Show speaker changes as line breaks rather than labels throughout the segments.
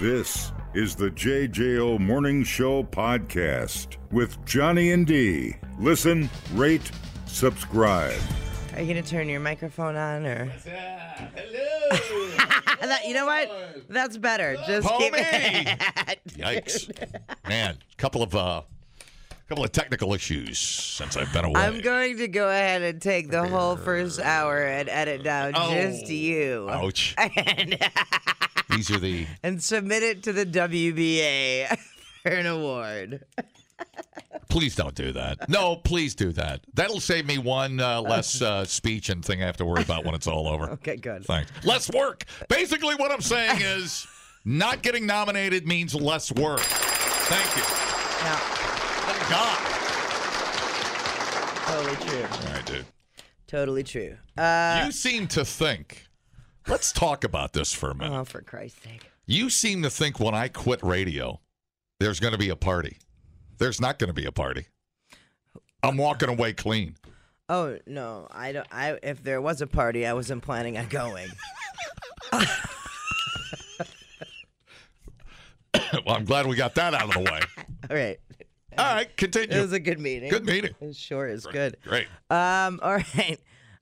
This is the JJO Morning Show podcast with Johnny and D. Listen, rate, subscribe.
Are you gonna turn your microphone on or?
Hello.
That- you know what? That's better. Just keep
Homie. Oh, Yikes. Man, couple of uh couple of technical issues since I've been away.
I'm going to go ahead and take the whole first hour and edit down
Oh.
just you
Ouch.
and,
These are the
and submit it to the WBA for an award.
Please don't do that. No, please do that. That'll save me one uh, less uh, speech and thing I have to worry about when it's all over.
Okay, good.
Thanks. Less work. Basically, what I'm saying is not getting nominated means less work. Thank you.
No,
Thank God.
totally true.
All right, dude.
Totally true. Uh,
you seem to think. Let's talk about this for a minute.
oh, for Christ's sake.
You seem to think when I quit radio, there's going to be a party. There's not going to be a party. I'm walking away clean.
Oh no, I don't. I if there was a party, I wasn't planning on going.
well, I'm glad we got that out of the way.
All right,
All right, continue.
it was a good meeting.
Good meeting.
It sure is good.
Great.
Um, all right.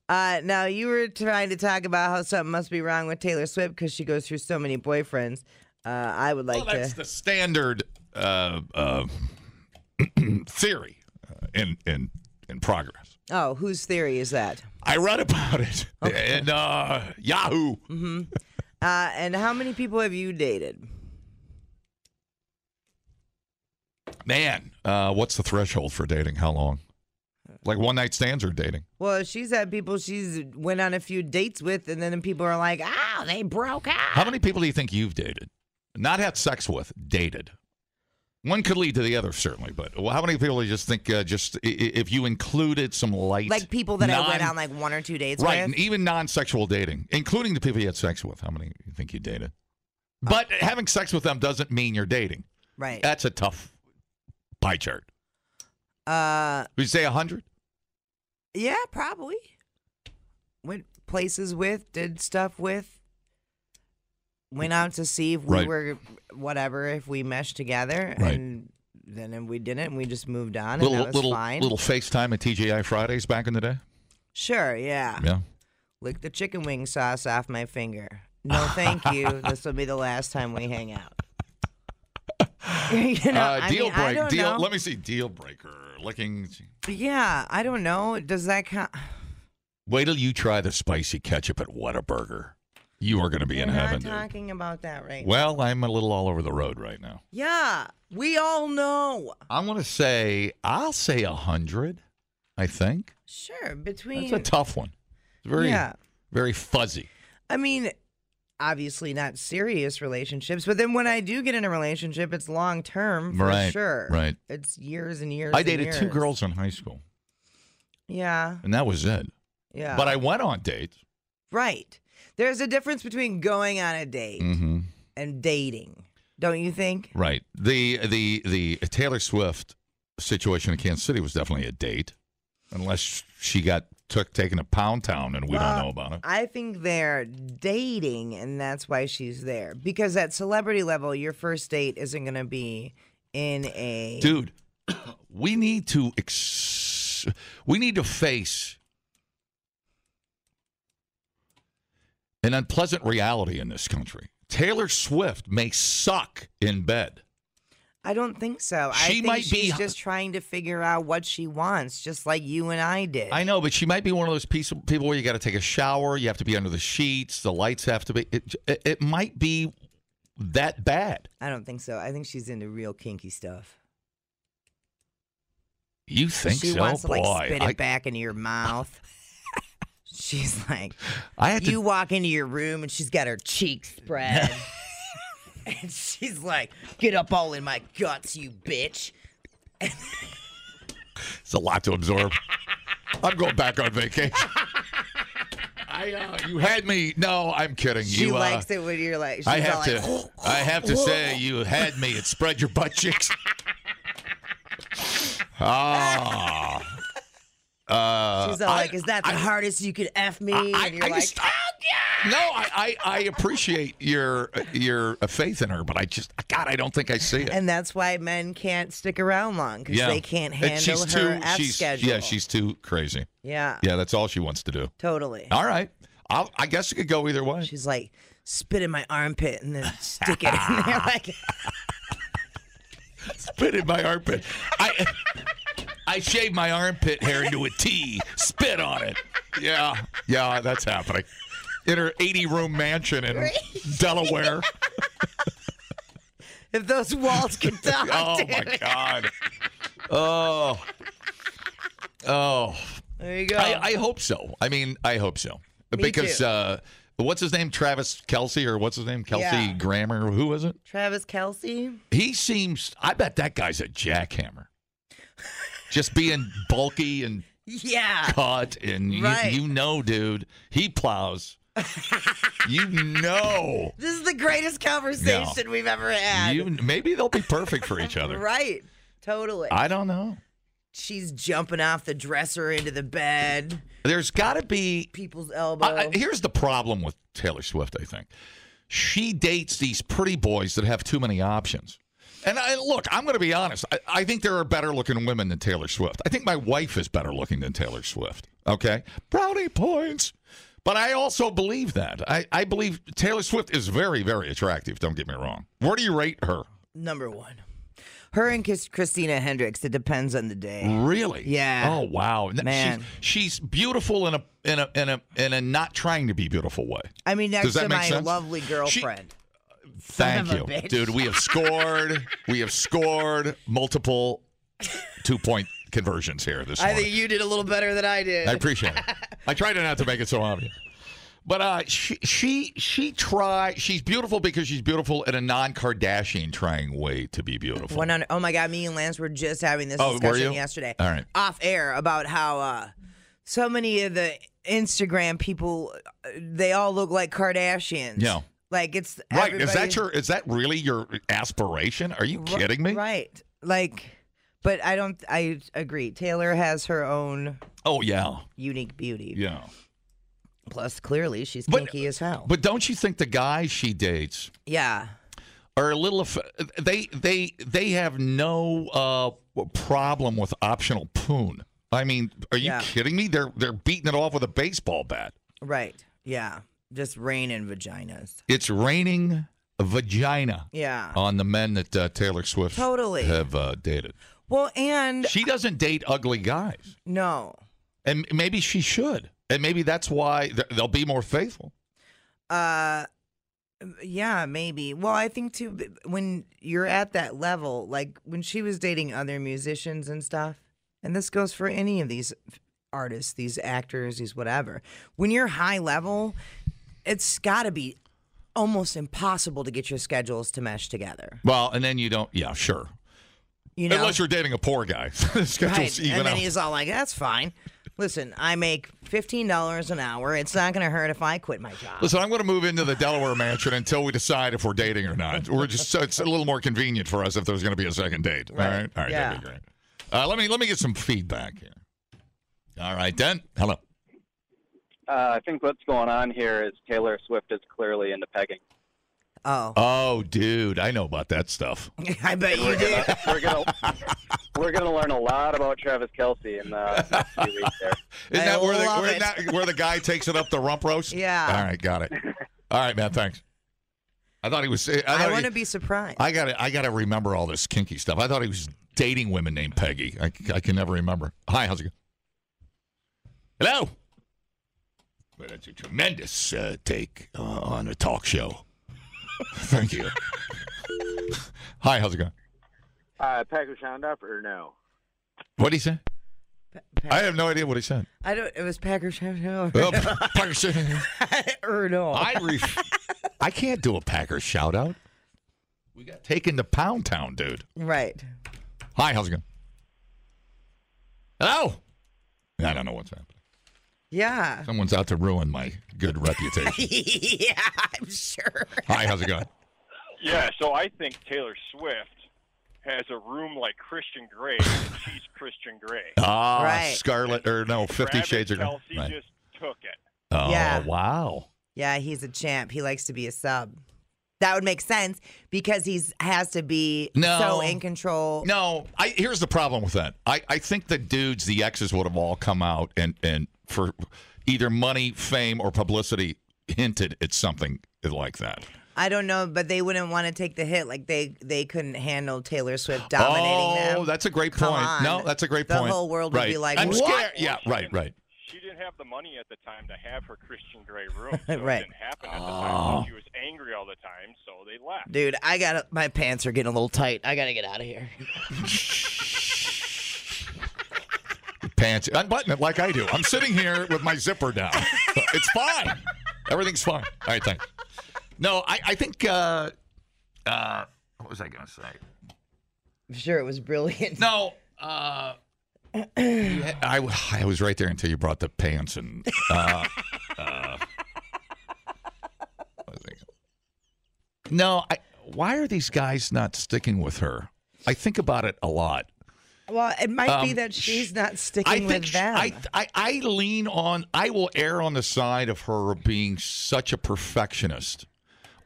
Uh, now you were trying to talk about how something must be wrong with Taylor Swift because she goes through so many boyfriends. Uh, I would like
Well, that's
to.
the standard uh, uh, theory uh, in in in progress.
Oh, whose theory is that?
I read about it in uh, Yahoo.
Uh, and how many people have you dated?
Man, uh, what's the threshold for dating? How long? Like one night stands or dating?
Well, she's had people she's went on a few dates with, and then people are like, "Oh, they broke up."
How many people do you think you've dated? Not had sex with, dated. One could lead to the other, certainly, but well, how many people do you just think, uh, just i- i- if you included some light?
Like people that I went
non-
on like one or two dates
Right,
with.
and even non sexual dating, including the people you had sex with, how many do you think you dated?
Oh.
But having sex with them doesn't mean you're dating.
Right.
That's a tough pie chart.
Uh,
Would you say 100?
yeah, probably. Went places with, did stuff with, went out to see if we
Right.
were whatever, if we meshed together,
Right.
and then if we didn't, we just moved on, and
Little
that was
little
fine.
little FaceTime at TGI Fridays back in the day?
Sure, yeah.
Yeah.
Lick the chicken wing sauce off my finger. No, thank you. this will be the last time we hang out. you know,
uh,
I
deal
mean, I
break.
don't
Deal.
know.
Let me see. Deal breaker. Licking.
Yeah, I don't know. Does that count?
Wait till you try the spicy ketchup at Whataburger. You are going to be in
We're not
heaven, dude.
talking about that right
Well, I'm a little all over the road right now.
Yeah, we all know.
I want to say, I'll say 100, I think.
Sure, between
That's a tough one. It's very,
Yeah.
very fuzzy.
I mean, obviously not serious relationships, but then when I do get in a relationship, it's long term for
Right,
sure.
right.
It's years and years.
I
and
dated two
years.
girls in high school,
Yeah,
and that was it.
yeah.
But I went on dates.
right. There's a difference between going on a date
Mm-hmm.
and dating, don't you think?
Right. The the the Taylor Swift situation in Kansas City was definitely a date, unless she got took taken to Pound Town and we
Well,
don't know about it.
I think they're dating, and that's why she's there. Because at celebrity level, your first date isn't going to be in a
Dude, we need to ex- we need to face an unpleasant reality in this country. Taylor Swift may suck in bed.
I don't think so. I
She
think
might be-
she's just trying to figure out what she wants, just like you and I did.
I know, but she might be one of those piece people where you got to take a shower, you have to be under the sheets, the lights have to be. It, it, it might be that bad.
I don't think so. I think she's into real kinky stuff.
You think
she
so?
wants to
Boy,
like spit it
I,
back into your mouth. she's like,
I had to.
you walk into your room and she's got her cheeks spread, and she's like, "Get up all in my guts, you bitch."
It's a lot to absorb. I'm going back on vacation. I, uh, you had me. No, I'm kidding.
She
you, uh,
likes it when you're like, she's
I have
all
to.
like,
I have to say, you had me. It spread your butt cheeks. Ah. Uh,
she's all
I-
like, "Is that the hardest you could f me?"
I,
and you're
I
like,
just, oh, yeah. No, I, I, I appreciate your your faith in her, but I just God, I don't think I see it.
And that's why men can't stick around long because they can't
And
handle
she's too,
her F
she's,
schedule.
Yeah, she's too crazy.
yeah,
Yeah, Oh. that's all she wants to do.
totally.
All right, I'll, I guess it could go either way.
She's like, spit in my armpit and then stick it in there. Like,
Spit in my armpit. I I shaved my armpit hair into a T. Spit on it. Yeah, yeah, that's happening. In her 80 room mansion in Delaware.
if those walls could talk.
Oh
dude.
my God. Oh. Oh.
There you go.
I, I hope so. I mean, I hope so.
Me
because
too.
uh what's his name? Travis Kelsey or what's his name? Kelsey
Yeah.
Grammer. Who was it?
Travis Kelsey.
He seems I bet that guy's a jackhammer. Just being bulky and
Yeah.
cut and you-
Right.
you, know, dude, he plows. you know.
This is the greatest conversation we've ever had.
You maybe they'll be perfect for each other.
Right. Totally.
I don't know.
She's jumping off the dresser into the bed,
There's got to be
people's elbow.
I, I- here's the problem with Taylor Swift, I think. She dates these pretty boys that have too many options. And I, look, I'm going to be honest. I, I think there are better looking women than Taylor Swift. I think my wife is better looking than Taylor Swift. Okay? Brownie points. But I also believe that. I, I believe Taylor Swift is very, very attractive. Don't get me wrong. Where do you rate her?
Number one. Her and Chris- Christina Hendricks. It depends on the day.
Really?
Yeah.
Oh wow. And that-
Man.
She's, she's beautiful in a in a in a in a not trying to be beautiful way.
I mean, next
Does that
to
make
my
sense?
lovely
She-
girlfriend.
Thank
of a
you,
bitch.
dude. We have scored. we have scored multiple two point conversions here this
I
morning.
think you did a little better than I did.
I appreciate it. I tried not to make it so obvious. But uh, she she she try she's beautiful because she's beautiful in a non Kardashian trying way to be beautiful.
One hundred. Oh my God, me and Lance were just having this
Oh, were
discussion
you?
yesterday.
All right.
Off air about how uh, so many of the Instagram people, uh, they all look like Kardashians.
Yeah.
Like it's
right? Is that
everybody-
your is that really your aspiration? Are you
Ri-
kidding me?
Right. Like, but I don't. I agree. Taylor has her own
Oh yeah,
unique beauty.
yeah.
Plus, clearly she's
But-
kinky as hell.
But don't you think the guys she dates
yeah.
are a little aff- they they they have no uh problem with optional poon. I mean, are you
Yeah.
kidding me? They're they're beating it off with a baseball bat.
Right. Yeah. Just rain and vaginas.
It's raining vagina
Yeah.
on the men that uh, Taylor Swift
Totally.
have uh, dated.
Well, and
She doesn't date ugly guys,
no.
and maybe she should, and maybe that's why th- they'll be more faithful.
Uh, yeah, maybe. Well, I think too b- when you're at that level, like when she was dating other musicians and stuff, and this goes for any of these artists, these actors, these whatever. When you're high level, it's got to be almost impossible to get your schedules to mesh together.
Well, and then you don't. Yeah, sure.
You know,
Unless you're dating a poor guy, The schedule's
Right.
even
and then
out.
he's all like, "That's fine." Listen, I make fifteen dollars an hour. It's not going to hurt if I quit my job.
Listen, I'm going to move into the Delaware mansion until we decide if we're dating or not. We're just so it's a little more convenient for us if there's going to be a second date. All right, all right, that'd be great. Uh, let me let me get some feedback here. All right, then. Hello.
Uh, I think what's going on here is Taylor Swift is clearly into pegging.
Oh,
Oh, dude, I know about that stuff.
I bet you did.
We're gonna we're gonna learn a lot about Travis Kelsey in the next few weeks there.
Isn't
I
that where the
love
where,
it.
that- where the guy takes it up the rump roast?
Yeah.
All right, got it. All right, man. Thanks. I thought he was. I,
I
thought
want
he,
to be surprised.
I got to. I got to remember all this kinky stuff. I thought he was dating women named Peggy. I, I can never remember. Hi, how's it going? Hello. Well, that's a tremendous uh, take uh, on a talk show. Thank you. Hi, how's it going?
Uh, Packer signed up or no?
What did he say?
Pa-
I have no idea what he said.
I don't. It was Packers. No,
Oh, Packer-
or no.
I ref- I can't do a Packers shout out. We got taken to Pound Town, dude.
right.
Hi, how's it going? Hello. I don't know what's happening.
Yeah.
Someone's out to ruin my good reputation.
yeah, I'm sure.
Hi, how's it going?
Yeah, so I think Taylor Swift has a room like Christian Grey. and she's Christian Grey.
Ah,
Right.
Scarlet or no, Fifty
Travis
Shades of Grey.
Kelsey
Right.
just took it.
Oh
Yeah.
wow.
Yeah, he's a champ. He likes to be a sub. That would make sense because he's has to be
No.
so in control.
No, I here's the problem with that. I, I think the dudes, the exes, would have all come out and and for either money, fame, or publicity, hinted at something like that.
I don't know, but they wouldn't want to take the hit. Like they they couldn't handle Taylor Swift dominating them.
oh, that's a great
Come
point. No,
on.
that's a great
The
point.
whole world would
right.
be like,
I'm
"What?"
scared. Yeah,
Well, she
right,
didn't-
right.
She didn't have the money at the time to have her Christian Grey room. So
Right.
It didn't happen at the time.
Oh.
so She was angry all the time, so they left.
Dude, I got my pants are getting a little tight. I gotta get out of here.
Pants, unbutton it like I do. I'm sitting here with my zipper down. It's fine. Everything's fine. All right, thanks. No, I, I think. Uh, uh, what was I going to say?
I'm sure it was brilliant.
No. Uh, yeah, I, I was right there until you brought the pants and. Uh, uh, what was I thinking? no, I, why are these guys not sticking with her? I think about it a lot.
Well, it might be
Um,
that she's not sticking
I think
with
sh-
them.
I, I I lean on. I will err on the side of her being such a perfectionist,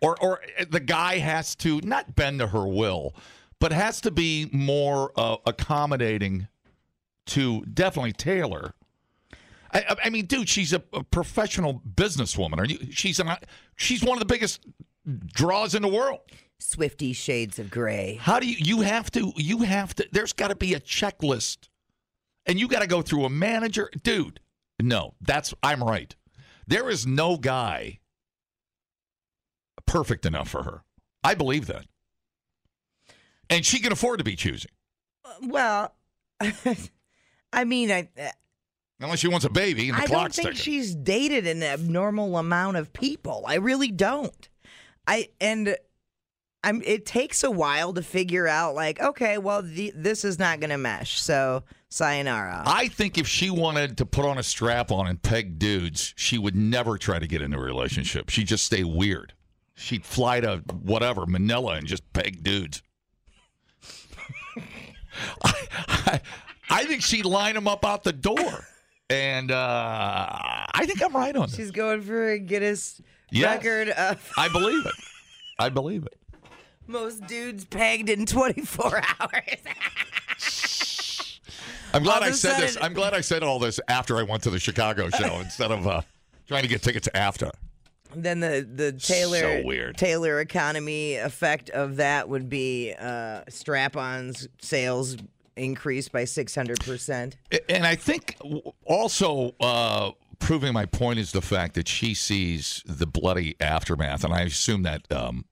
or or eh, the guy has to not bend to her will, but has to be more uh, accommodating to definitely Taylor. I, I- I mean, dude, she's a, a professional businesswoman. Are you? She's an, she's one of the biggest draws in the world.
Swifty shades of gray.
How do you you have to you have to there's got to be a checklist. And you got to go through a manager, dude. No, that's I'm right. There is no guy perfect enough for her. I believe that. And she can afford to be choosing.
Uh, Well, I mean, I
Unless she wants a baby and the
I
clock
don't think
ticking.
she's dated an abnormal amount of people. I really don't. I and I'm. It takes a while to figure out. Like, okay, well, the, this is not gonna mesh. So, sayonara.
I think if she wanted to put on a strap on and peg dudes, she would never try to get into a relationship. She'd just stay weird. She'd fly to whatever, Manila, and just peg dudes. I, I, I think she'd line them up out the door. And uh, I think I'm right on this.
she's going for a Guinness
Yes.
record of
I believe it. I believe it.
most dudes pegged in 24 hours.
I'm glad
All of
I
a
said this.
sudden-
I'm glad I said all this after I went to the Chicago show instead of uh, trying to get tickets after.
then the the Taylor
So weird.
Taylor economy effect of that would be uh, strap-ons sales increased by 600 percent.
And I think also uh, proving my point is the fact that she sees the bloody aftermath, and I assume that um,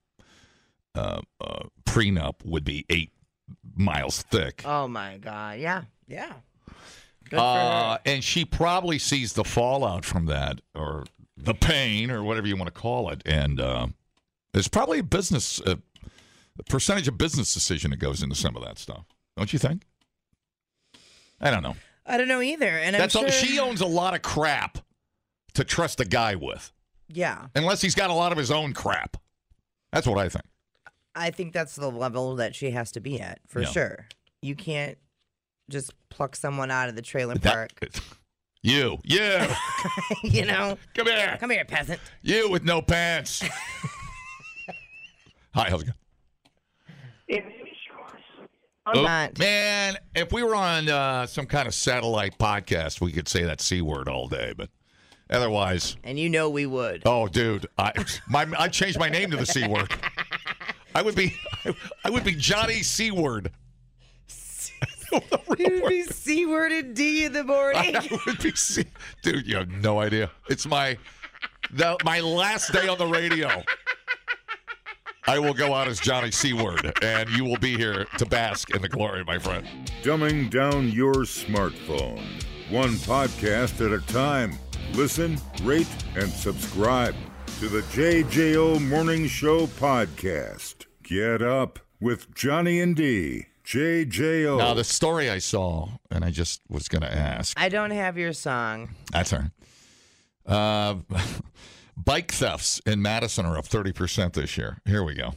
uh, uh, prenup would be eight miles thick.
Oh my god! Yeah, yeah. Good for
Uh,
her.
and she probably sees the fallout from that, or the pain, or whatever you want to call it. And uh, there's probably a business a percentage of business decision that goes into some of that stuff, don't you think? I don't know.
I don't know either, and
That's
I'm
all,
sure
she owns a lot of crap to trust a guy with,
Yeah,
unless he's got a lot of his own crap. That's what I think.
I think that's the level that she has to be at for
Yeah.
sure. You can't just pluck someone out of the trailer
That-
park.
you, you,
you know,
come here,
come here, peasant.
you with no pants. Hi, how's it going? Oh,
I'm not.
Man, if we were on uh, some kind of satellite podcast, we could say that c word all day, but otherwise,
And you know we would.
oh, dude, I my I changed my name to the c word. I would be I would be Johnny C word. Oh,
It would be C-worded D in the morning.
I would be, se- dude. You have no idea. It's my the, my last day on the radio. I will go out as Johnny Seaward, and you will be here to bask in the glory, my friend.
Dumbing down your smartphone. One podcast at a time. Listen, rate, and subscribe to the JJO Morning Show podcast. Get up with Johnny and D. JJO.
Now, the story I saw, and I just was going to ask.
I don't have your song.
That's all right. Uh, bike thefts in Madison are up 30% this year. Here we go.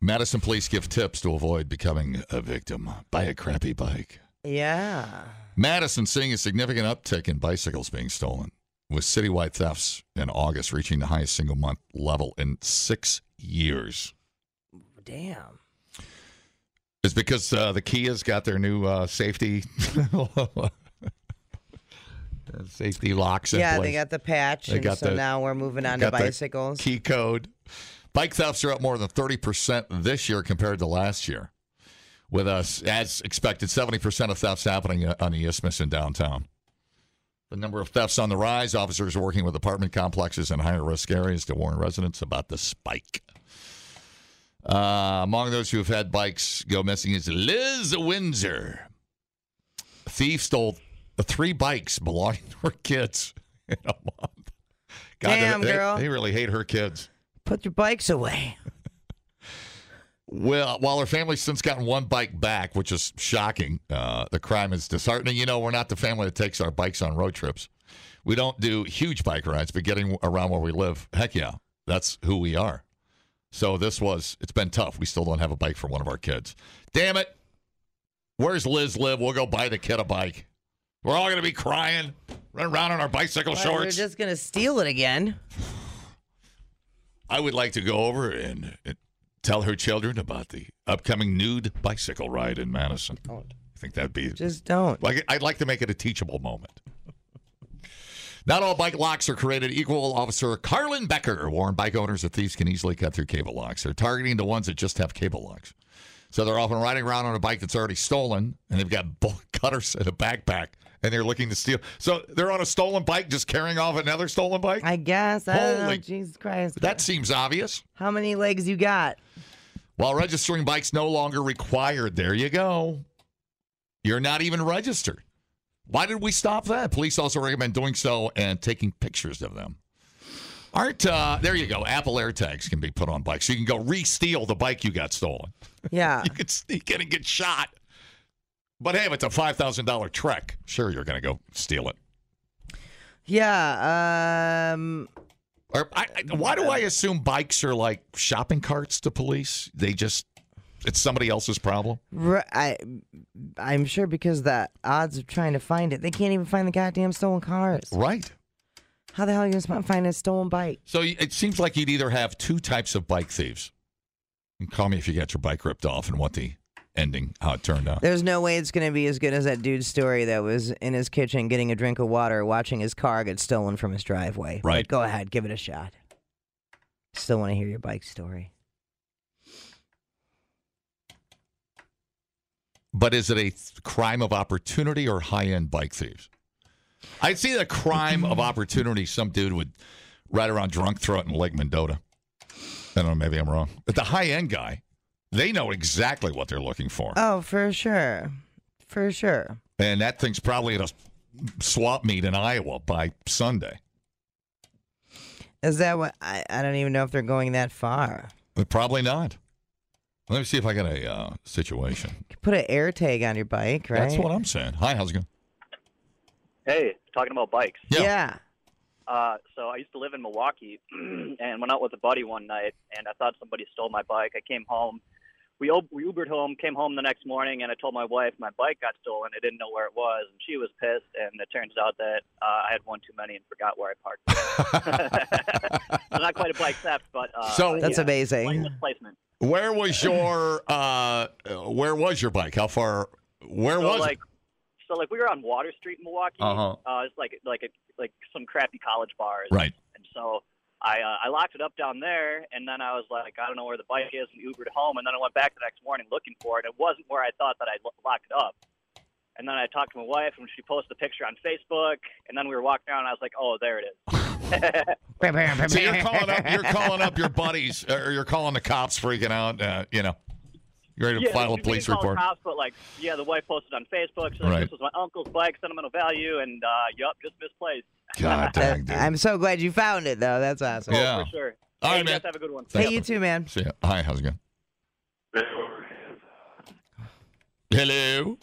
Madison police give tips to avoid becoming a victim. Buy a crappy bike.
Yeah.
Madison seeing a significant uptick in bicycles being stolen. with citywide thefts in August reaching the highest single month level in six years.
Damn.
It's because uh, the Kia's got their new uh, safety safety locks. in
yeah,
place.
they got the patch,
They
and
got
so
the-
now we're moving on to
got the
bicycles.
Key code. Bike thefts are up more than 30% this year compared to last year, with us, as expected, 70% of thefts happening on the isthmus and downtown. The number of thefts on the rise. Officers are working with apartment complexes and higher risk areas to warn residents about the spike. Uh, among those who have had bikes go missing is Liz Windsor. A thief stole three bikes belonging to her kids in a month. God, they-
Damn,
they-
girl.
they really hate her kids.
Put your bikes away.
Well, while her family's since gotten one bike back, which is shocking, uh, the crime is disheartening. You know, we're not the family that takes our bikes on road trips. We don't do huge bike rides, but getting around where we live, heck yeah, that's who we are. So this was, it's been tough. We still don't have a bike for one of our kids. Damn it. Where's Liz live? We'll go buy the kid a bike. We're all going to be crying, running around on our bicycle
Well,
shorts.
We're just gonna steal it again.
I would like to go over and, and tell her children about the upcoming nude bicycle ride in Madison. I think that'd be
Oh, Just don't.
like I'd like to make it a teachable moment. Not all bike locks are created equal. Officer Carlin Becker warned bike owners that thieves can easily cut through cable locks. They're targeting the ones that just have cable locks. So they're often riding around on a bike that's already stolen, and they've got bolt cutters and a backpack, and they're looking to steal. So they're on a stolen bike, just carrying off another stolen bike.
I guess. I don't know.
Holy-
Jesus Christ.
that seems obvious.
How many legs you got?
While registering bikes no longer required, there you go. You're not even registered. Why did we stop that? Police also recommend doing so and taking pictures of them. Aren't uh, there you go? Apple AirTags can be put on bikes. You can go re-steal the bike you got stolen.
Yeah.
You could sneak in and get shot. But hey, if it's a five thousand dollar trek, sure you're going to go steal it.
yeah. Um.
Or I, I, why do I assume bikes are like shopping carts to police? They just it's somebody else's problem.
r- I, I'm sure because the odds of trying to find it, they can't even find the goddamn stolen cars.
Right.
How the hell are you gonna find a stolen bike?
So y- it seems like you'd either have two types of bike thieves. And call me if you got your bike ripped off and what the ending, how it turned out.
There's no way it's gonna be as good as that dude's story that was in his kitchen getting a drink of water, watching his car get stolen from his driveway.
Right.
But go ahead, give it a shot. Still want to hear your bike story.
But is it a th- crime of opportunity or high end bike thieves? I'd see the crime of opportunity. Some dude would ride around drunk, throw it in Lake Mendota. I don't know, maybe I'm wrong. But the high end guy, they know exactly what they're looking for.
Oh, for sure, for sure.
and that thing's probably at a swap meet in Iowa by Sunday.
Is that what? I, I don't even know if they're going that far.
Uh, Probably not. Let me see if I got a uh, situation.
You put an air tag on your bike, right?
That's what I'm saying. Hi, how's it going?
Hey, talking about bikes.
yeah.
Uh, so I used to live in Milwaukee and went out with a buddy one night, and I thought somebody stole my bike. I came home. We, ob- we Ubered home, came home the next morning, and I told my wife my bike got stolen. I didn't know where it was, and she was pissed. And it turns out that uh, I had one too many and forgot where I parked. it. so not quite a bike theft, but uh,
So-
That's
yeah,
amazing.
blameless placement.
Where was your uh, uh, Where was your bike? How far? Where
so
was it?
like, so like we were on Water Street, in Milwaukee.
Uh-huh.
Uh, it's like like a, like some crappy college bars.
Right.
And so I uh, I locked it up down there, and then I was like, I don't know where the bike is, and Ubered home, and then I went back the next morning looking for it. It wasn't where I thought that I lo- locked it up. And then I talked to my wife, and she posted a picture on Facebook. And then we were walking around, and I was like, "Oh, there it is."
So you're calling up. You're calling up your buddies, or you're calling the cops, freaking out. Uh, you know, you ready to file
we
a
didn't
police
call the
report.
Cops, but like, yeah, the wife posted on Facebook. So
Right.
this was my uncle's bike, sentimental value, and uh, yup, just misplaced.
God dang, dude.
Uh, I'm so glad you found it, though. That's awesome.
Yeah.
for sure.
All
hey,
right,
you
man.
guys have a good one.
Hey, you too, man.
See ya. Hi, how's it going? Hello.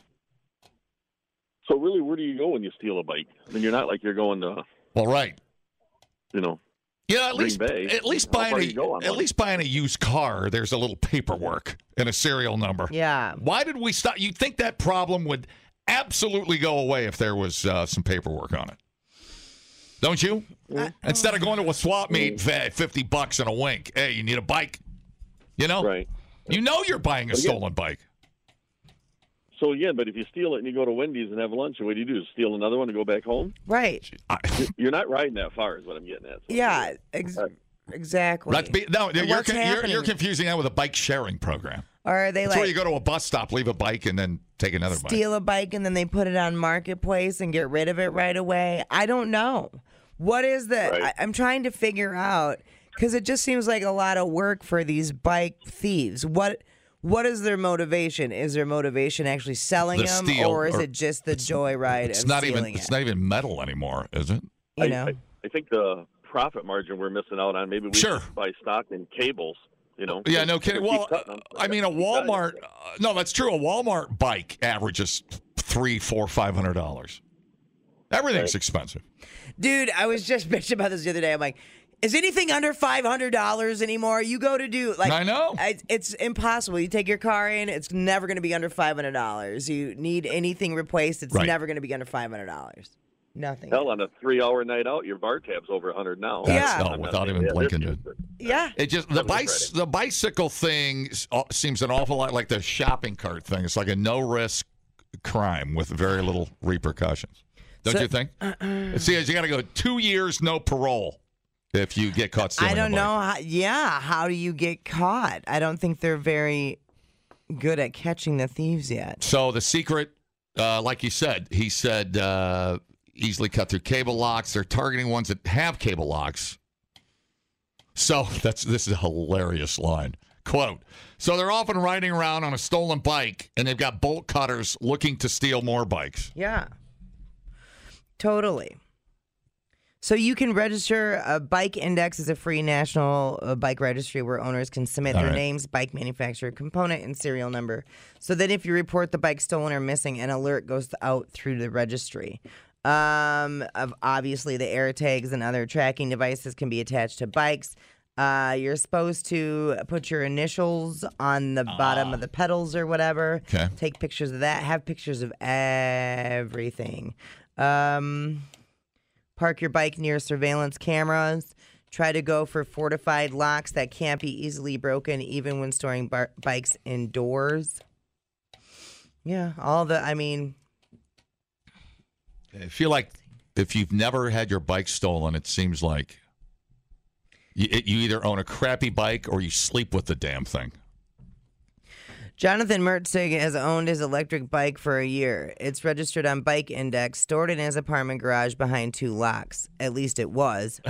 So really, where do you go when you steal a bike? I mean, you're not like you're going to,
Well, right.
you know.
Yeah, at
Green
least
Bay.
at least
How
buying
far
a,
you go on
at
one?
least buying a used car. There's a little paperwork and a serial number.
Yeah.
Why did we stop? You'd think that problem would absolutely go away if there was uh, some paperwork on it. Don't you?
oh.
Instead of going to a swap
Mm.
meet, "Hey, 50 bucks and a wink. Hey, you need a bike. You know?
Right.
You know you're buying a
But yeah.
stolen bike.
So again, but if you steal it and you go to Wendy's and have lunch, what do you do? Steal another one and go back home?
Right.
I-
You're not riding that far, is what I'm getting at. So-
Yeah. Ex- exactly.
that's be, no,
And
you're,
what's
con- you're,
happening?
you're confusing that with a bike sharing program.
Or are they
That's where you
like
go to a bus stop, leave a bike, and then take another bike.
steal a bike and then they put it on marketplace and get rid of it right away? I don't know. What is the?
Right.
I, I'm trying to figure out because it just seems like a lot of work for these bike thieves. What? What is their motivation? Is their motivation actually selling
The
them,
steal,
or is
or-
it just the joyride
It's
of
not even
stealing
it's
it?
not even metal anymore, is it?
you
I-
know,
I, I think the profit margin we're missing out on. Maybe we
Sure.
should buy stock in cables. You know.
Yeah, no
Keep
kidding. Well,
cutting them.
I mean, a Walmart. Uh, no, that's true. A Walmart bike averages three, four, five hundred dollars. Everything's expensive.
Dude, I was just bitching about this the other day. I'm like, is anything under five hundred dollars anymore? You go to do like
I know.
I, it's impossible. You take your car in; it's never going to be under five hundred dollars. You need anything replaced; it's
Right.
never going to be under five hundred dollars. Nothing.
Hell, on a three-hour night out, your bar tab's over 100 now.
That's-
I'm
oh,
not
without
saying
even
that.
blinking,
They're
dude.
just-
Yeah,
It just the
Probably
bice, the bicycle thing s- uh, seems an awful lot like the shopping cart thing. It's like a no risk crime with very little repercussions. Don't
So- uh-uh.
you think? See, you got to go two years no parole if you get caught stealing.
I
a
don't
bike.
know. How, yeah, how do you get caught? I don't think they're very good at catching the thieves yet.
So the secret, uh, like you said, he said uh, easily cut through cable locks. They're targeting ones that have cable locks. So that's this is a hilarious line. Quote. So they're often riding around on a stolen bike and they've got bolt cutters looking to steal more bikes.
Yeah. Totally. So you can register a bike index is a free national uh, bike registry where owners can submit
All
their
right.
names, bike manufacturer, component, and serial number. So that if you report the bike stolen or missing, an alert goes out through the registry. Um, of obviously the air tags and other tracking devices can be attached to bikes. Uh, you're supposed to put your initials on the bottom of the pedals or whatever.
Ah. Okay.
Take pictures of that. Have pictures of everything. Um, park your bike near surveillance cameras. Try to go for fortified locks that can't be easily broken, even when storing bar- bikes indoors. Yeah, all the, I mean,
I feel like if you've never had your bike stolen, it seems like you, you either own a crappy bike or you sleep with the damn thing.
Jonathan Mertzig has owned his electric bike for a year. It's registered on Bike Index, stored in his apartment garage behind two locks. At least it was.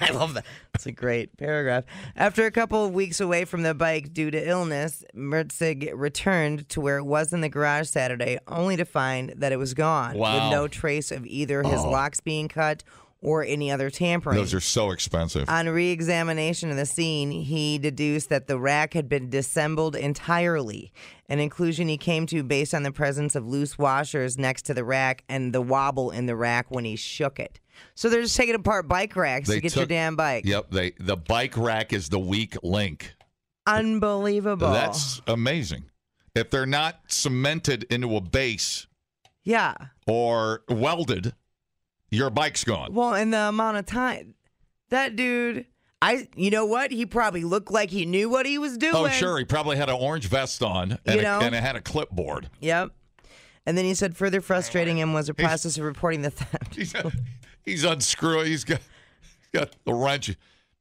I love that. That's a great paragraph. After a couple of weeks away from the bike due to illness, Mertzig returned to where it was in the garage Saturday, only to find that it was gone,
Wow. Oh.
with no trace of either his locks being cut or any other tampering.
Those are so expensive.
On re examination of the scene, he deduced that the rack had been dissembled entirely, an inclusion he came to based on the presence of loose washers next to the rack and the wobble in the rack when he shook it. So they're just taking apart bike racks to
They
get your
took-
damn bike.
Yep, they the bike rack is the weak link.
Unbelievable.
That's amazing. If they're not cemented into a base
yeah.
or welded, your bike's gone.
Well, and the amount of time that dude, I, you know what? He probably looked like he knew what he was doing.
oh, sure. He probably had an orange vest on and,
You
a-
know?
and it had a clipboard.
Yep. And then he said, further frustrating him was the process of reporting the theft.
He's, he's unscrewing. He's got, he's got the wrench.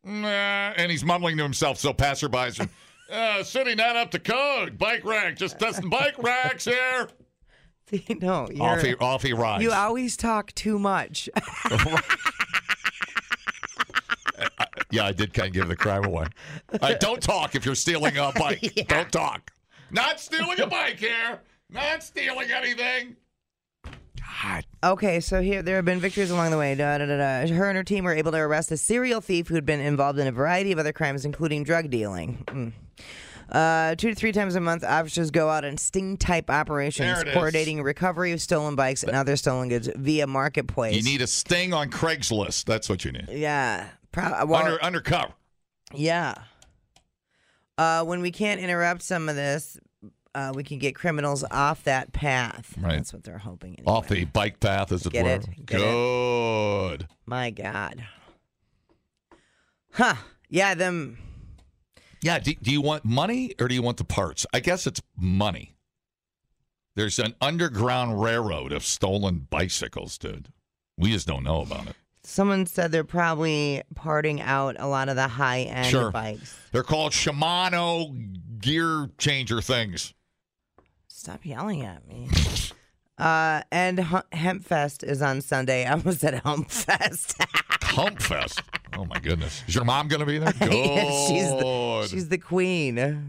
Nah, and he's mumbling to himself. So passerbys are, uh, city not up to code. Bike rack. Just testing bike racks here.
no, you're,
Off Oh, he, off he rides.
You always talk too much.
Yeah, I did kind of give the crime away. Uh, don't talk if you're stealing a bike. Don't talk. Not stealing a bike here. Not stealing anything. God.
okay, so here there have been victories along the way. Da, da, da, da. Her and her team were able to arrest a serial thief who had been involved in a variety of other crimes, including drug dealing. Mm. Uh, two to three times a month, officers go out on sting type operations,
There it is.
coordinating recovery of stolen bikes and other stolen goods via marketplace.
You need a sting on Craigslist. That's what you need.
yeah, Pro- well,
Under undercover.
Yeah. Uh, when we can't interrupt some of this, uh, we can get criminals off that path.
Right.
That's what they're hoping. Anyway.
Off the bike path, as it
Get
were.
it, get it.
Good.
My God. Huh. Yeah, them.
Yeah. Do, do you want money or do you want the parts? I guess it's money. There's an underground railroad of stolen bicycles, dude. We just don't know about it.
Someone said they're probably parting out a lot of the high end
Sure.
bikes.
They're called Shimano gear changer things.
Stop yelling at me. uh, and H- Hempfest is on Sunday. I almost said Humpfest.
Hump Fest. Oh my goodness. Is your mom gonna be there? Good.
Yes, she's the, she's the queen.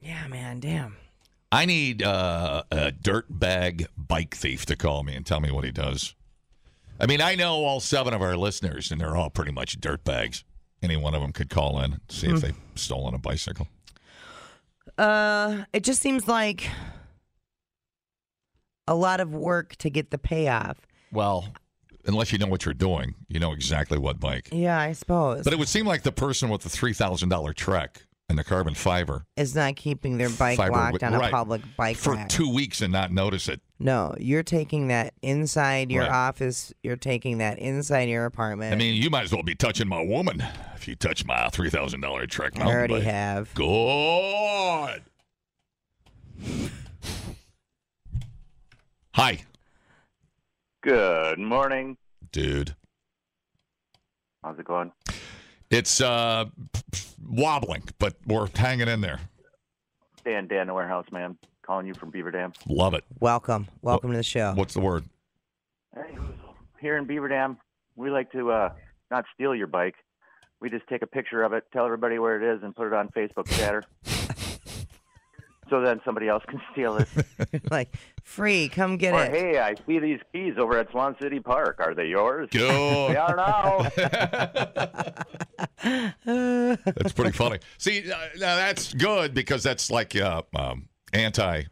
Yeah, man. Damn.
I need uh, a dirtbag bike thief to call me and tell me what he does. I mean, I know all seven of our listeners, and they're all pretty much dirtbags. Any one of them could call in and see
Hmm.
if they've stolen a bicycle.
Uh, it just seems like a lot of work to get the payoff.
Well, unless you know what you're doing, you know exactly what bike.
Yeah, I suppose.
But it would seem like the person with the three thousand dollar Trek and the carbon fiber
is not keeping their bike
fiber
locked
wi-
on a
right.
public bike
for
rack.
two weeks and not notice it.
no, you're taking that inside your
Right.
office. You're taking that inside your apartment.
I mean, you might as well be touching my woman if you touch my three thousand dollar Trek
I
mountain
already
bike.
have.
Good. Hi,
Good morning.
dude.
How's it going?
It's uh p- p- wobbling, but we're hanging in there.
Dan, Dan, the warehouse man, calling you from Beaver Dam.
Love it.
Welcome, welcome to the show.
What's the word?
Hey, here in Beaver Dam, we like to uh, not steal your bike. We just take a picture of it, tell everybody where it is, and put it on Facebook chatter. so then somebody else can steal it.
like free, come get
Or,
it.
hey, I see these keys over at Swan City Park. Are they yours? They
Good.
are now.
That's pretty funny. See, uh, now that's good because that's like uh, um, anti.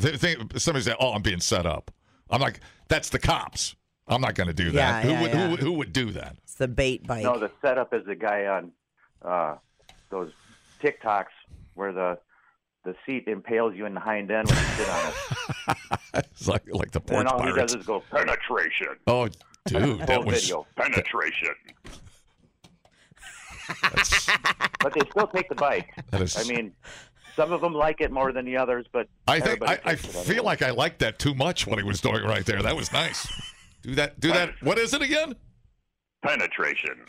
Th- th- somebody said, "Oh, I'm being set up." I'm like, "That's the cops." I'm not going to do
Yeah,
that. who,
yeah,
would,
yeah.
who would- who would do that?
It's the bait bike.
No, the setup is the guy on uh, those TikToks where the the seat impales you in the hind end when you sit on it.
It's like like the
and
porch
all he
pirates.
does is go penetration.
Oh, dude, that
Full
was
video penetration.
that's-
But they still take the bike.
that is.
I mean, some of them like it more than the others, but
I think
everybody
I, I
takes it
feel
anyway.
like I liked that too much. What he was doing right there, that was nice. Do that. Do that. What is it again?
penetration.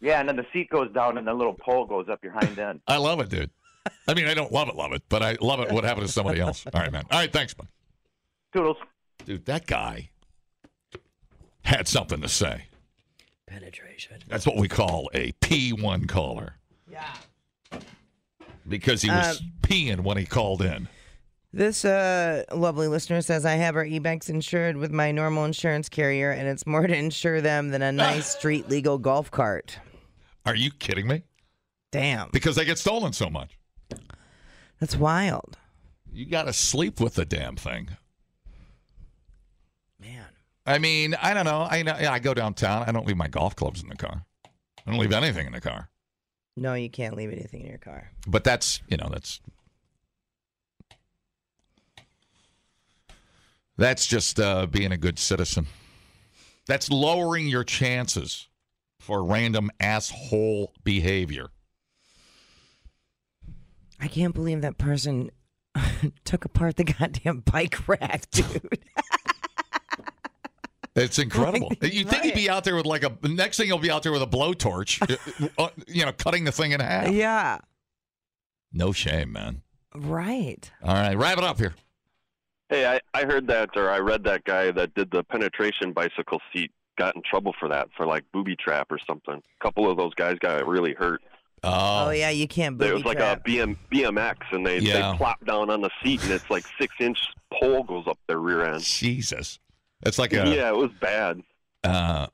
yeah, and then the seat goes down, and the little pole goes up your hind end.
I love it, dude. I mean, I don't love it, love it, but I love it. What happened to somebody else? All right, man. All right, thanks, man.
Toodles.
Dude, that guy had something to say.
Penetration.
That's what we call a P1 caller
Yeah. Um,
because he was peeing when he called in.
This uh, lovely listener says, I have our e-bikes insured with my normal insurance carrier, and it's more to insure them than a nice street legal golf cart.
Are you kidding me?
Damn.
Because they get stolen so much.
That's wild.
You got to sleep with the damn thing.
Man.
I mean, I don't know. I know. I go downtown. I don't leave my golf clubs in the car. I don't leave anything in the car.
No, you can't leave anything in your car.
But that's you know that's that's just uh, being a good citizen. That's lowering your chances for random asshole behavior.
I can't believe that person took apart the goddamn bike rack, dude.
It's incredible. you think he'd
Right.
be out there with like a next thing he'll be out there with a blowtorch, uh, uh, you know, cutting the thing in half.
yeah.
No shame, man.
Right.
All right, wrap it up here.
Hey, I, I heard that or I read that guy that did the penetration bicycle seat got in trouble for that, for like booby trap or something. A couple of those guys got really hurt.
Oh,
Oh,
yeah, you can't
Um, There
booby
was like
trap.
a BM, BMX and they,
Yeah.
they plop down on the seat and it's like six inch pole goes up their rear end.
Jesus. That's like a
Yeah, it was bad.
Uh,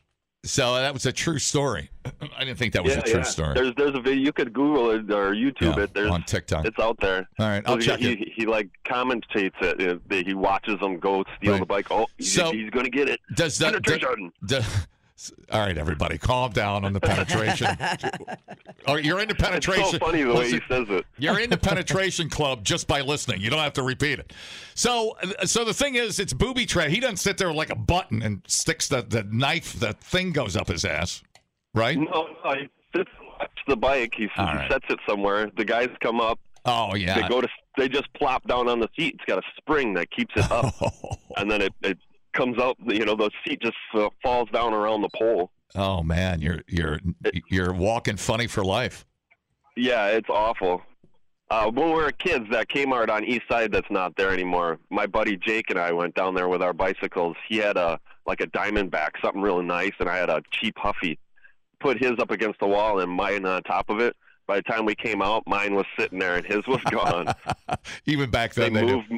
so that was a true story. I didn't think that was
yeah,
a true
yeah.
story.
There's there's a video you could Google it or YouTube
Yeah,
it. There's
on TikTok.
it's out there.
All right, I'll
he,
check
he,
it.
he like commentates it. You know, they- He watches them go steal
Right.
the bike. Oh, he's-
So-
he's gonna get it.
Does that
penetration.
do- S- All right, everybody, calm down on the penetration. Oh, you're into penetration.
It's so funny the way
Listen,
he says it.
You're in the penetration club just by listening. You don't have to repeat it. So, so the thing is, it's booby trap. He doesn't sit there like a button and sticks the, the knife. The thing goes up his ass, right?
No, no, he sits watch the bike. He,
All
he
right.
sets it somewhere. The guys come up.
Oh
They
yeah.
go to. They just plop down on the seat. It's got a spring that keeps it up, and then it, it comes out. You know, the seat just uh, falls down around the pole.
Oh man, you're you're you're walking funny for life.
Yeah, it's awful. Uh, when we were kids, that Kmart on East Side that's not there anymore. My buddy Jake and I went down there with our bicycles. He had a like a Diamondback, something really nice, and I had a cheap Huffy. Put his up against the wall and mine on top of it. By the time we came out, mine was sitting there and his was gone.
Even back
they
then, they, knew.
moved,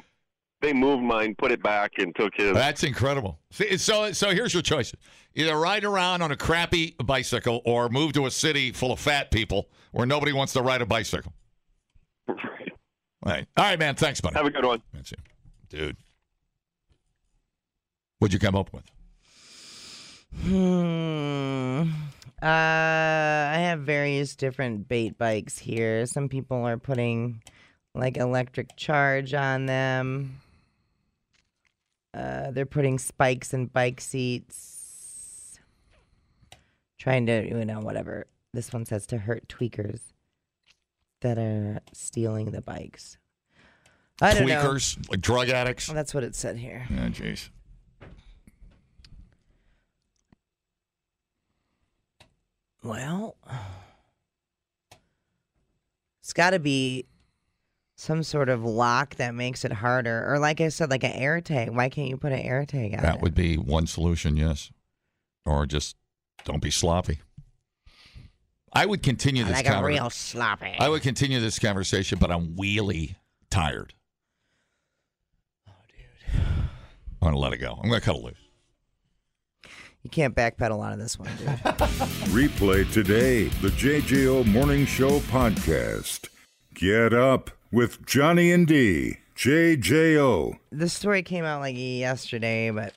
they moved mine, put it back, and took his.
That's incredible. See, So, so here's your choices: either ride around on a crappy bicycle, or move to a city full of fat people where nobody wants to ride a bicycle. All right, all right, man. Thanks, buddy.
Have a good one.
That's it, dude. What'd you come up with?
Hmm. Uh, I have various different bait bikes here. Some people are putting like electric charge on them. Uh, they're putting spikes in bike seats. Trying to, you know, whatever. This one says to hurt tweakers that are stealing the bikes. I don't know.
Tweakers, like drug addicts.
Well, that's what it said here.
Oh, jeez.
Well, it's got to be some sort of lock that makes it harder, or like I said, like an air tag. Why can't you put an air tag on
That
it?
would be one solution, yes. Or just don't be sloppy. I would continue this
like a
conver-
real sloppy.
I would continue this conversation, but I'm really tired. Oh, dude. I'm gonna let it go. I'm gonna cut it loose.
you can't backpedal out of this one, dude.
Replay today the JJO Morning Show podcast. Get up with Johnny and D. JJO.
this story came out like yesterday, but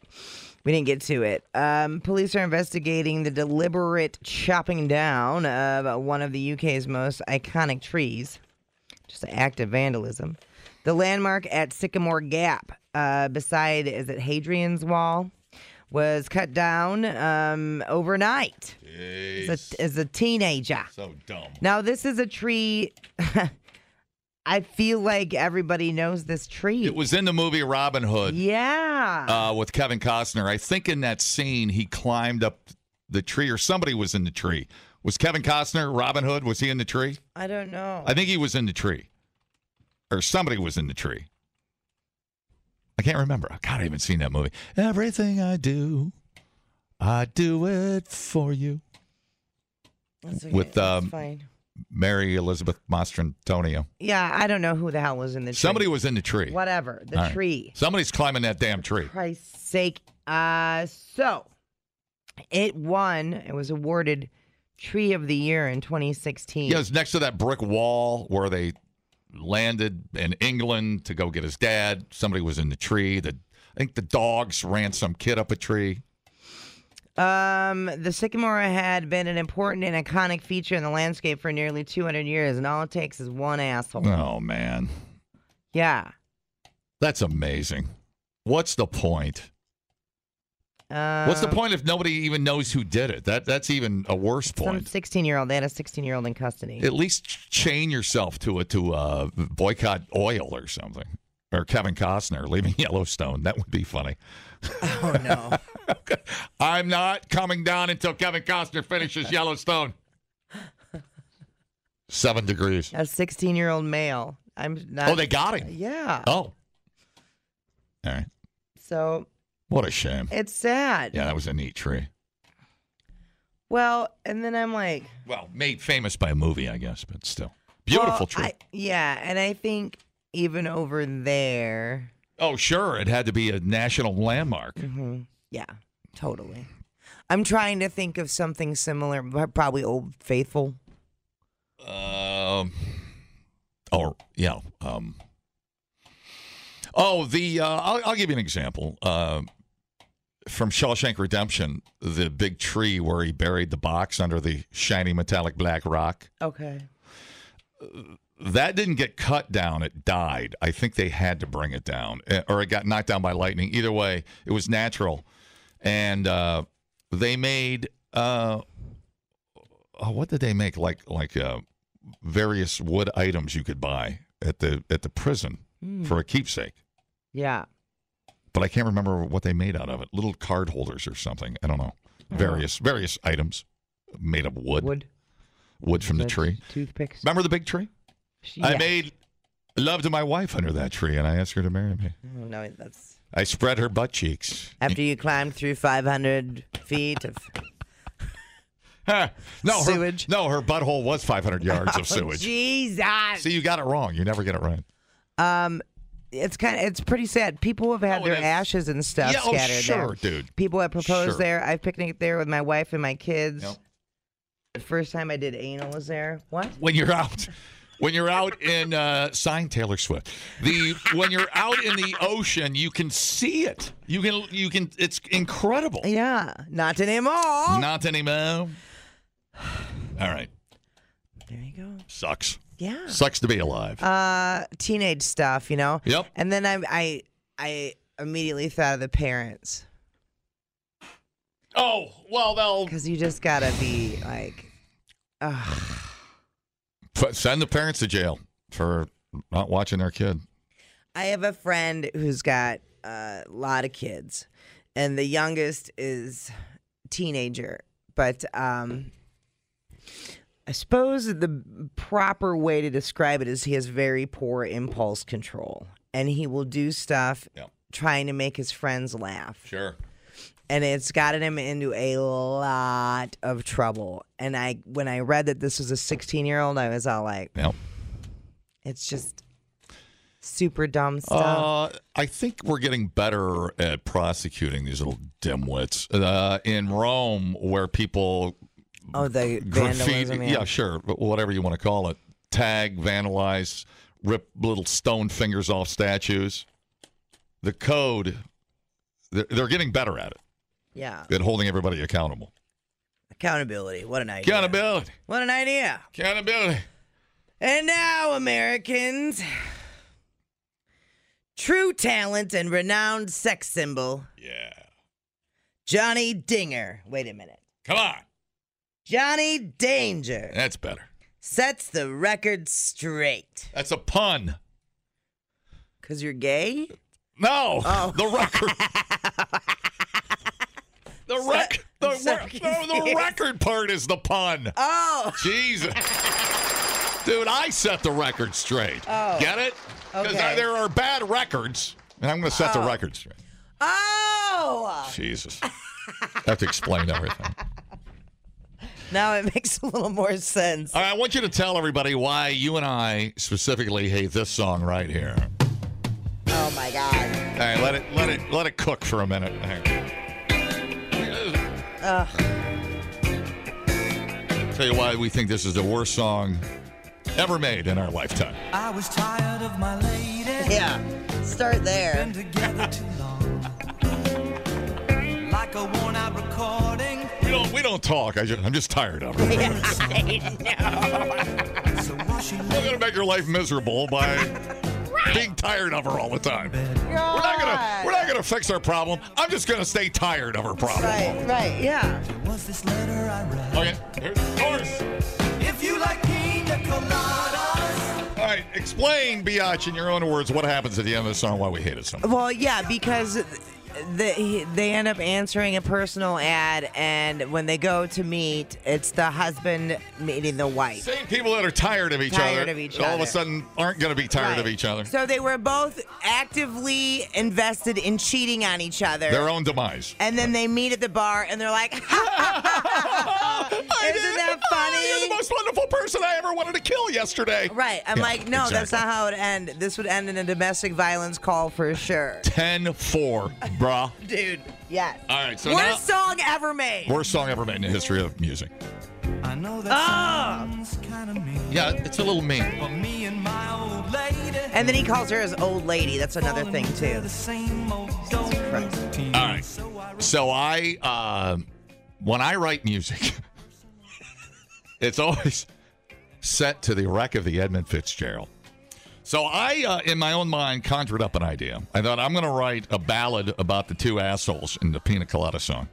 we didn't get to it. Um, police are investigating the deliberate chopping down of one of the UK's most iconic trees, just an act of vandalism. The landmark at Sycamore Gap, uh, beside is it Hadrian's Wall, was cut down um, overnight as a, as a teenager.
So dumb.
Now this is a tree. I feel like everybody knows this tree.
It was in the movie Robin Hood
yeah.
uh, with Kevin Costner. I think in that scene he climbed up the tree, or somebody was in the tree. Was Kevin Costner Robin Hood? Was he in the tree?
I don't know.
I think he was in the tree, or somebody was in the tree. I can't remember. God, I haven't seen that movie. Everything I do, I do it for you.
That's okay.
With,
That's
um,
fine.
Mary Elizabeth Mastrantonio.
Yeah, I don't know who the hell was in the tree.
Somebody was in the tree.
Whatever. The
All right.
tree.
Somebody's climbing that damn tree.
Christ's sake. Uh, so it won. It was awarded Tree of the Year in 2016.
Yeah, it was next to that brick wall where they landed in England to go get his dad. Somebody was in the tree. The I think the dogs ran some kid up a tree.
Um, the sycamore had been an important and iconic feature in the landscape for nearly 200 years, and all it takes is one asshole.
Oh man.
Yeah.
That's amazing. What's the point?
Um,
What's the point if nobody even knows who did it? That that's even a worse
Some
point.
16 year old. They had a 16 year old in custody.
At least chain yourself to a to uh boycott oil or something. Or Kevin Costner leaving Yellowstone. That would be funny.
oh no.
I'm not coming down until Kevin Costner finishes Yellowstone. Seven degrees.
a 16 year old male. I'm not.
Oh, they got him.
Yeah.
Oh. All right.
So
What a shame.
it's sad.
Yeah, that was a neat tree.
Well, and then I'm like,
Well, made famous by a movie, I guess, but still. Beautiful
well,
tree.
I- yeah, and I think even over there,
Oh, sure. It had to be a national landmark.
mm-hmm, yeah, totally. I'm trying to think of something similar, but probably Old Faithful.
Um, or yeah. Um. Oh, the uh, I'll, I'll give you an example. Uh, from Shawshank Redemption, the big tree where he buried the box under the shiny metallic black rock.
Okay.
That didn't get cut down. It died. I think they had to bring it down, eh, or it got knocked down by lightning. Either way, it was natural. And uh, they made uh, oh, what did they make? Like like uh, various wood items you could buy at the at the prison for a keepsake
Yeah.
but I can't remember what they made out of it. Little card holders or something. I don't know. Various various items made of wood, wood,
Wood.
from the tree.
Toothpicks.
Remember the big tree? I
Yeah.
made love to my wife under that tree, and I asked her to marry me.
Oh, no, that's
I spread her butt cheeks.
after you climbed through 500 feet of.
Huh. no her-
Sewage. Oh,
no, her butthole was 500 yards of sewage.
Jesus. Um,
See, you got it wrong. You never get it right.
It's kind of it's pretty sad. People have had
No, it
their
is.
ashes and stuff
Yeah, oh,
scattered
sure,
there.
dude.
People have proposed
Sure.
there. I've picnicked there with my wife and my kids.
Yep.
The first time I did anal was there. What?
when you're out when you're out in uh sign Taylor Swift. The when you're out in the ocean, you can see it. You can you can it's incredible.
Yeah, not to name all.
Not anymore. All right.
There you go.
Sucks.
Yeah.
Sucks to be alive.
uh teenage stuff, you know.
Yep.
And then I I I immediately thought of the parents
oh, well they'll
because you just gotta be like, ugh.
F- send the parents to jail for not watching their kid.
I have a friend who's got a lot of kids, and the youngest is teenager. But um, I suppose the proper way to describe it is he has very poor impulse control, and he will do stuff
Yep.
trying to make his friends laugh.
Sure.
and it's gotten him into a lot of trouble. And I, when I read that this was a 16 year old, I was all like,
Yep.
it's just super dumb stuff.
Uh, I think we're getting better at prosecuting these little dimwits. Uh, in Rome, where people
oh, the
graffiti.
vandalism.
Yeah. sure, but whatever you want to call it. Tag, vandalize, rip little stone fingers off statues. The code, they're, they're getting better at it,
Yeah.
at holding everybody accountable.
Accountability. What an idea.
Accountability.
What an idea.
Accountability.
And now, Americans, true talent and renowned sex symbol,
Yeah.
Johnny Dinger. Wait a minute.
Come on.
Johnny Danger
That's better.
sets the record straight.
That's a pun.
Because you're gay?
No.
Oh.
The record. The record. The,
I'm so
rec- no, the
confused.
record part is the pun.
Oh,
Jesus. Dude, I set the record straight.
Oh.
Get it? Because
Okay.
there are bad records, and I'm going to set the record straight.
oh!
Jesus. I have to explain everything.
Now it makes a little more sense.
All right, I want you to tell everybody why you and I specifically hate this song right here.
Oh my
All
god!
right, let it let it let it cook for a minute. All right. Tell you why we think this is the worst song ever made in our lifetime.
I was tired of my lady.
Yeah, start there.
Been together too long. Like a worn out recording.
We don't we don't talk. I just, I'm just tired of it.
So while she
We're
lay
gonna make your life miserable by being tired of her all the time. We're not gonna we're not gonna fix our problem. I'm just gonna stay tired of her problem.
Right, right, yeah.
was this letter I read.
Okay, here's the chorus.
If you like pina coladas.
All right, explain, Biatch, in your own words, what happens at the end of the song, why we hate it so much.
Well, yeah, because the, he- they end up answering a personal ad, and when they go to meet, it's the husband meeting the wife.
Same people that are tired of each
Tired
other,
of each
all of a
other.
sudden aren't going to be tired of
Right.
each other.
So they were both actively invested in cheating on each other.
Their own demise.
and then they meet at the bar, and they're like,
Isn't
Isn't that
you're
funny?
the most wonderful person I ever wanted to kill yesterday.
Right. I'm
Yeah,
like, no, that's
exactly.
not how it would end. This would end in a domestic violence call for sure.
10 4, bruh.
Dude. Yes.
All right, Uh, so
Worst
now.
song ever made.
Worst song ever made in the history of music.
I know that
Oh.
sounds kind of mean.
Yeah, it's a little mean.
But me and my old lady,
And then he calls her his old lady. That's another thing too.
the same old dog.
All right. So I, uh, when I write music, it's always set to the wreck of the Edmund Fitzgerald. So I, uh, in my own mind, conjured up an idea. I thought I'm going to write a ballad about the two assholes in the Pina Colada song,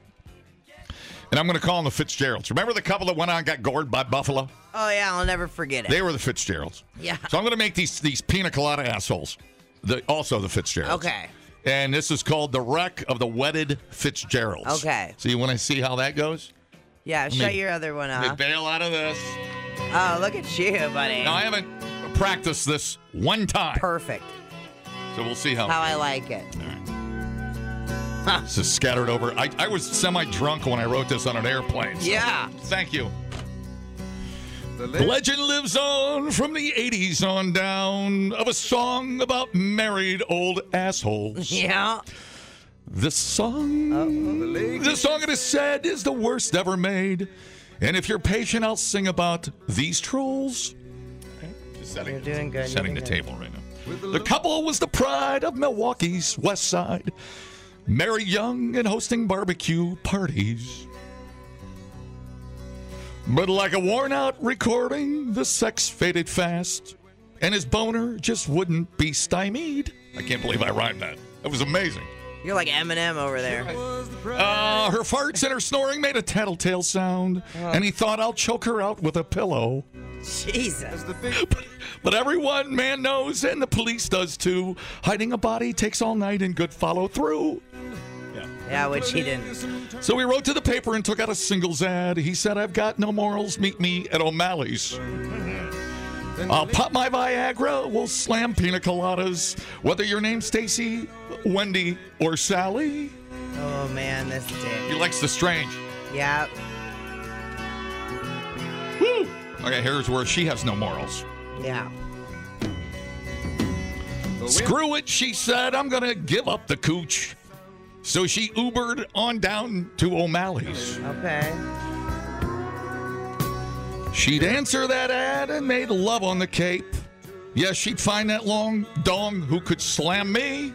and I'm going to call them the Fitzgeralds. Remember the couple that went on and got gored by buffalo?
Oh yeah, I'll never forget it.
They were the Fitzgeralds.
Yeah.
So I'm going to make these these Pina Colada assholes, the, also the Fitzgeralds.
Okay.
And this is called The Wreck of the Wedded Fitzgeralds.
Okay.
So you want to see how that goes?
Yeah,
Let me-
shut your other one
Let me
off.
bail out of this.
Oh, look at you, buddy.
Now, I haven't practiced this one time.
Perfect.
So we'll see how.
How I like it.
This is scattered over. I, I was semi drunk when I wrote this on an airplane. so
Yeah.
Thank you. The legend lives on from the 80s on down of a song about married old assholes.
Yeah.
This song, this song it is said is the worst ever made. And if you're patient, I'll sing about these trolls. Just setting,
You're doing good.
setting the
you're doing
table right now. The couple was the pride of Milwaukee's West Side, married young and hosting barbecue parties. But like a worn out recording, the sex faded fast, and his boner just wouldn't be stymied. I can't believe I rhymed that. That was amazing.
good. You're like Eminem over there.
Uh, her farts and her snoring made a tattletale sound, and he thought, I'll choke her out with a pillow.
Jesus.
But everyone, man knows, and the police does too. Hiding a body takes all night and good follow through.
Yeah, which he didn't.
So we wrote to the paper and took out a singles ad. He said, I've got no morals, meet me at O'Malley's. I'll pop my Viagra, we'll slam pina coladas, whether your name's Stacy, Wendy, or Sally.
Oh man, this
He
dick.
likes the strange.
Yeah.
Woo! Okay, here's where she has no morals.
Yeah.
Screw it, she said. I'm going to give up the cooch. So she Ubered on down to O'Malley's.
Okay.
She'd answer that ad and made love on the Cape. Yes, she'd find that long dong who could slam me.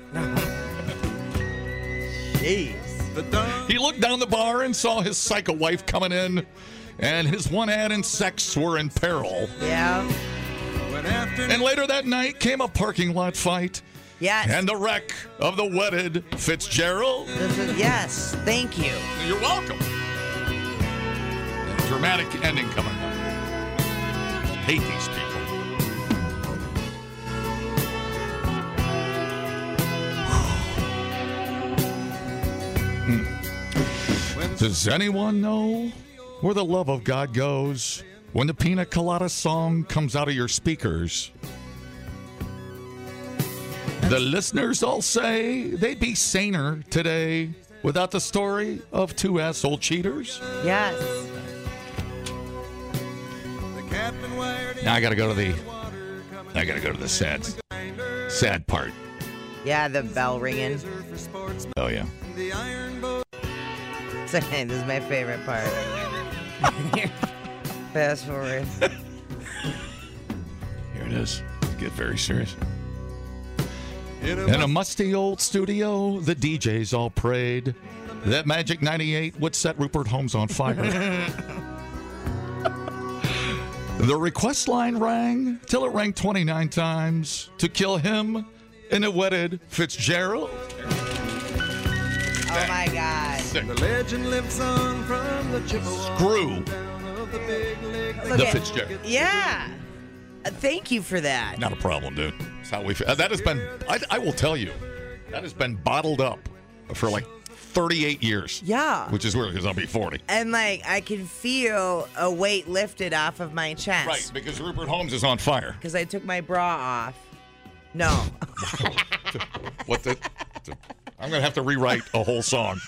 Jeez.
He looked down the bar and saw his psycho wife coming in, and his one ad and sex were in peril.
Yeah.
And later that night came a parking lot fight
Yes.
and the wreck of the wedded Fitzgerald.
This is- yes. Thank you.
You're welcome. Dramatic ending coming up. Hate these people. Hmm. Does anyone know where the love of God goes when the pina colada song comes out of your speakers? The listeners all say they'd be saner today without the story of two asshole cheaters.
Yes.
Now I gotta go to the. I gotta go to the sad, sad part.
Yeah. The bell ringing.
Oh yeah.
this is my favorite part. Fast forward.
Here it is. Get very serious. In a musty old studio, the DJs all prayed that Magic 98 would set Rupert Holmes on fire. the request line rang till it rang 29 times to kill him and a wedded Fitzgerald.
Oh my God.
The legend lives on from the Chippewa
Screw
of the big leg.
Look
the
at-
Fitzgerald.
Yeah. Uh, Thank you for that.
Not a problem, dude. That's how we feel. That has been, I, I will tell you, that has been bottled up for like 38 years.
Yeah.
Which is weird because I'll be 40.
And like I can feel a weight lifted off of my chest.
Right, because Rupert Holmes is on fire.
Because I took my bra off. No.
What the? I'm going to have to rewrite a whole song.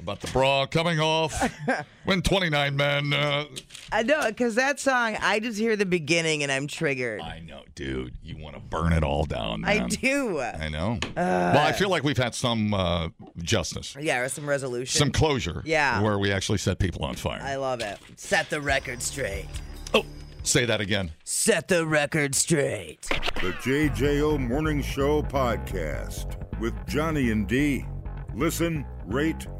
about the bra coming off when 29 men. Uh,
I know, because that song, I just hear the beginning and I'm triggered.
I know, dude, you want to burn it all down.
I
man.
do. Uh,
I know. well, I feel like we've had some uh, justice,
Yeah, or some resolution.
some closure.
Yeah.
Where we actually set people on fire. Oh,
I love it. Set the record straight.
Say that again.
Set the record straight.
The JJO Morning Show podcast with Johnny and D. Listen, rate,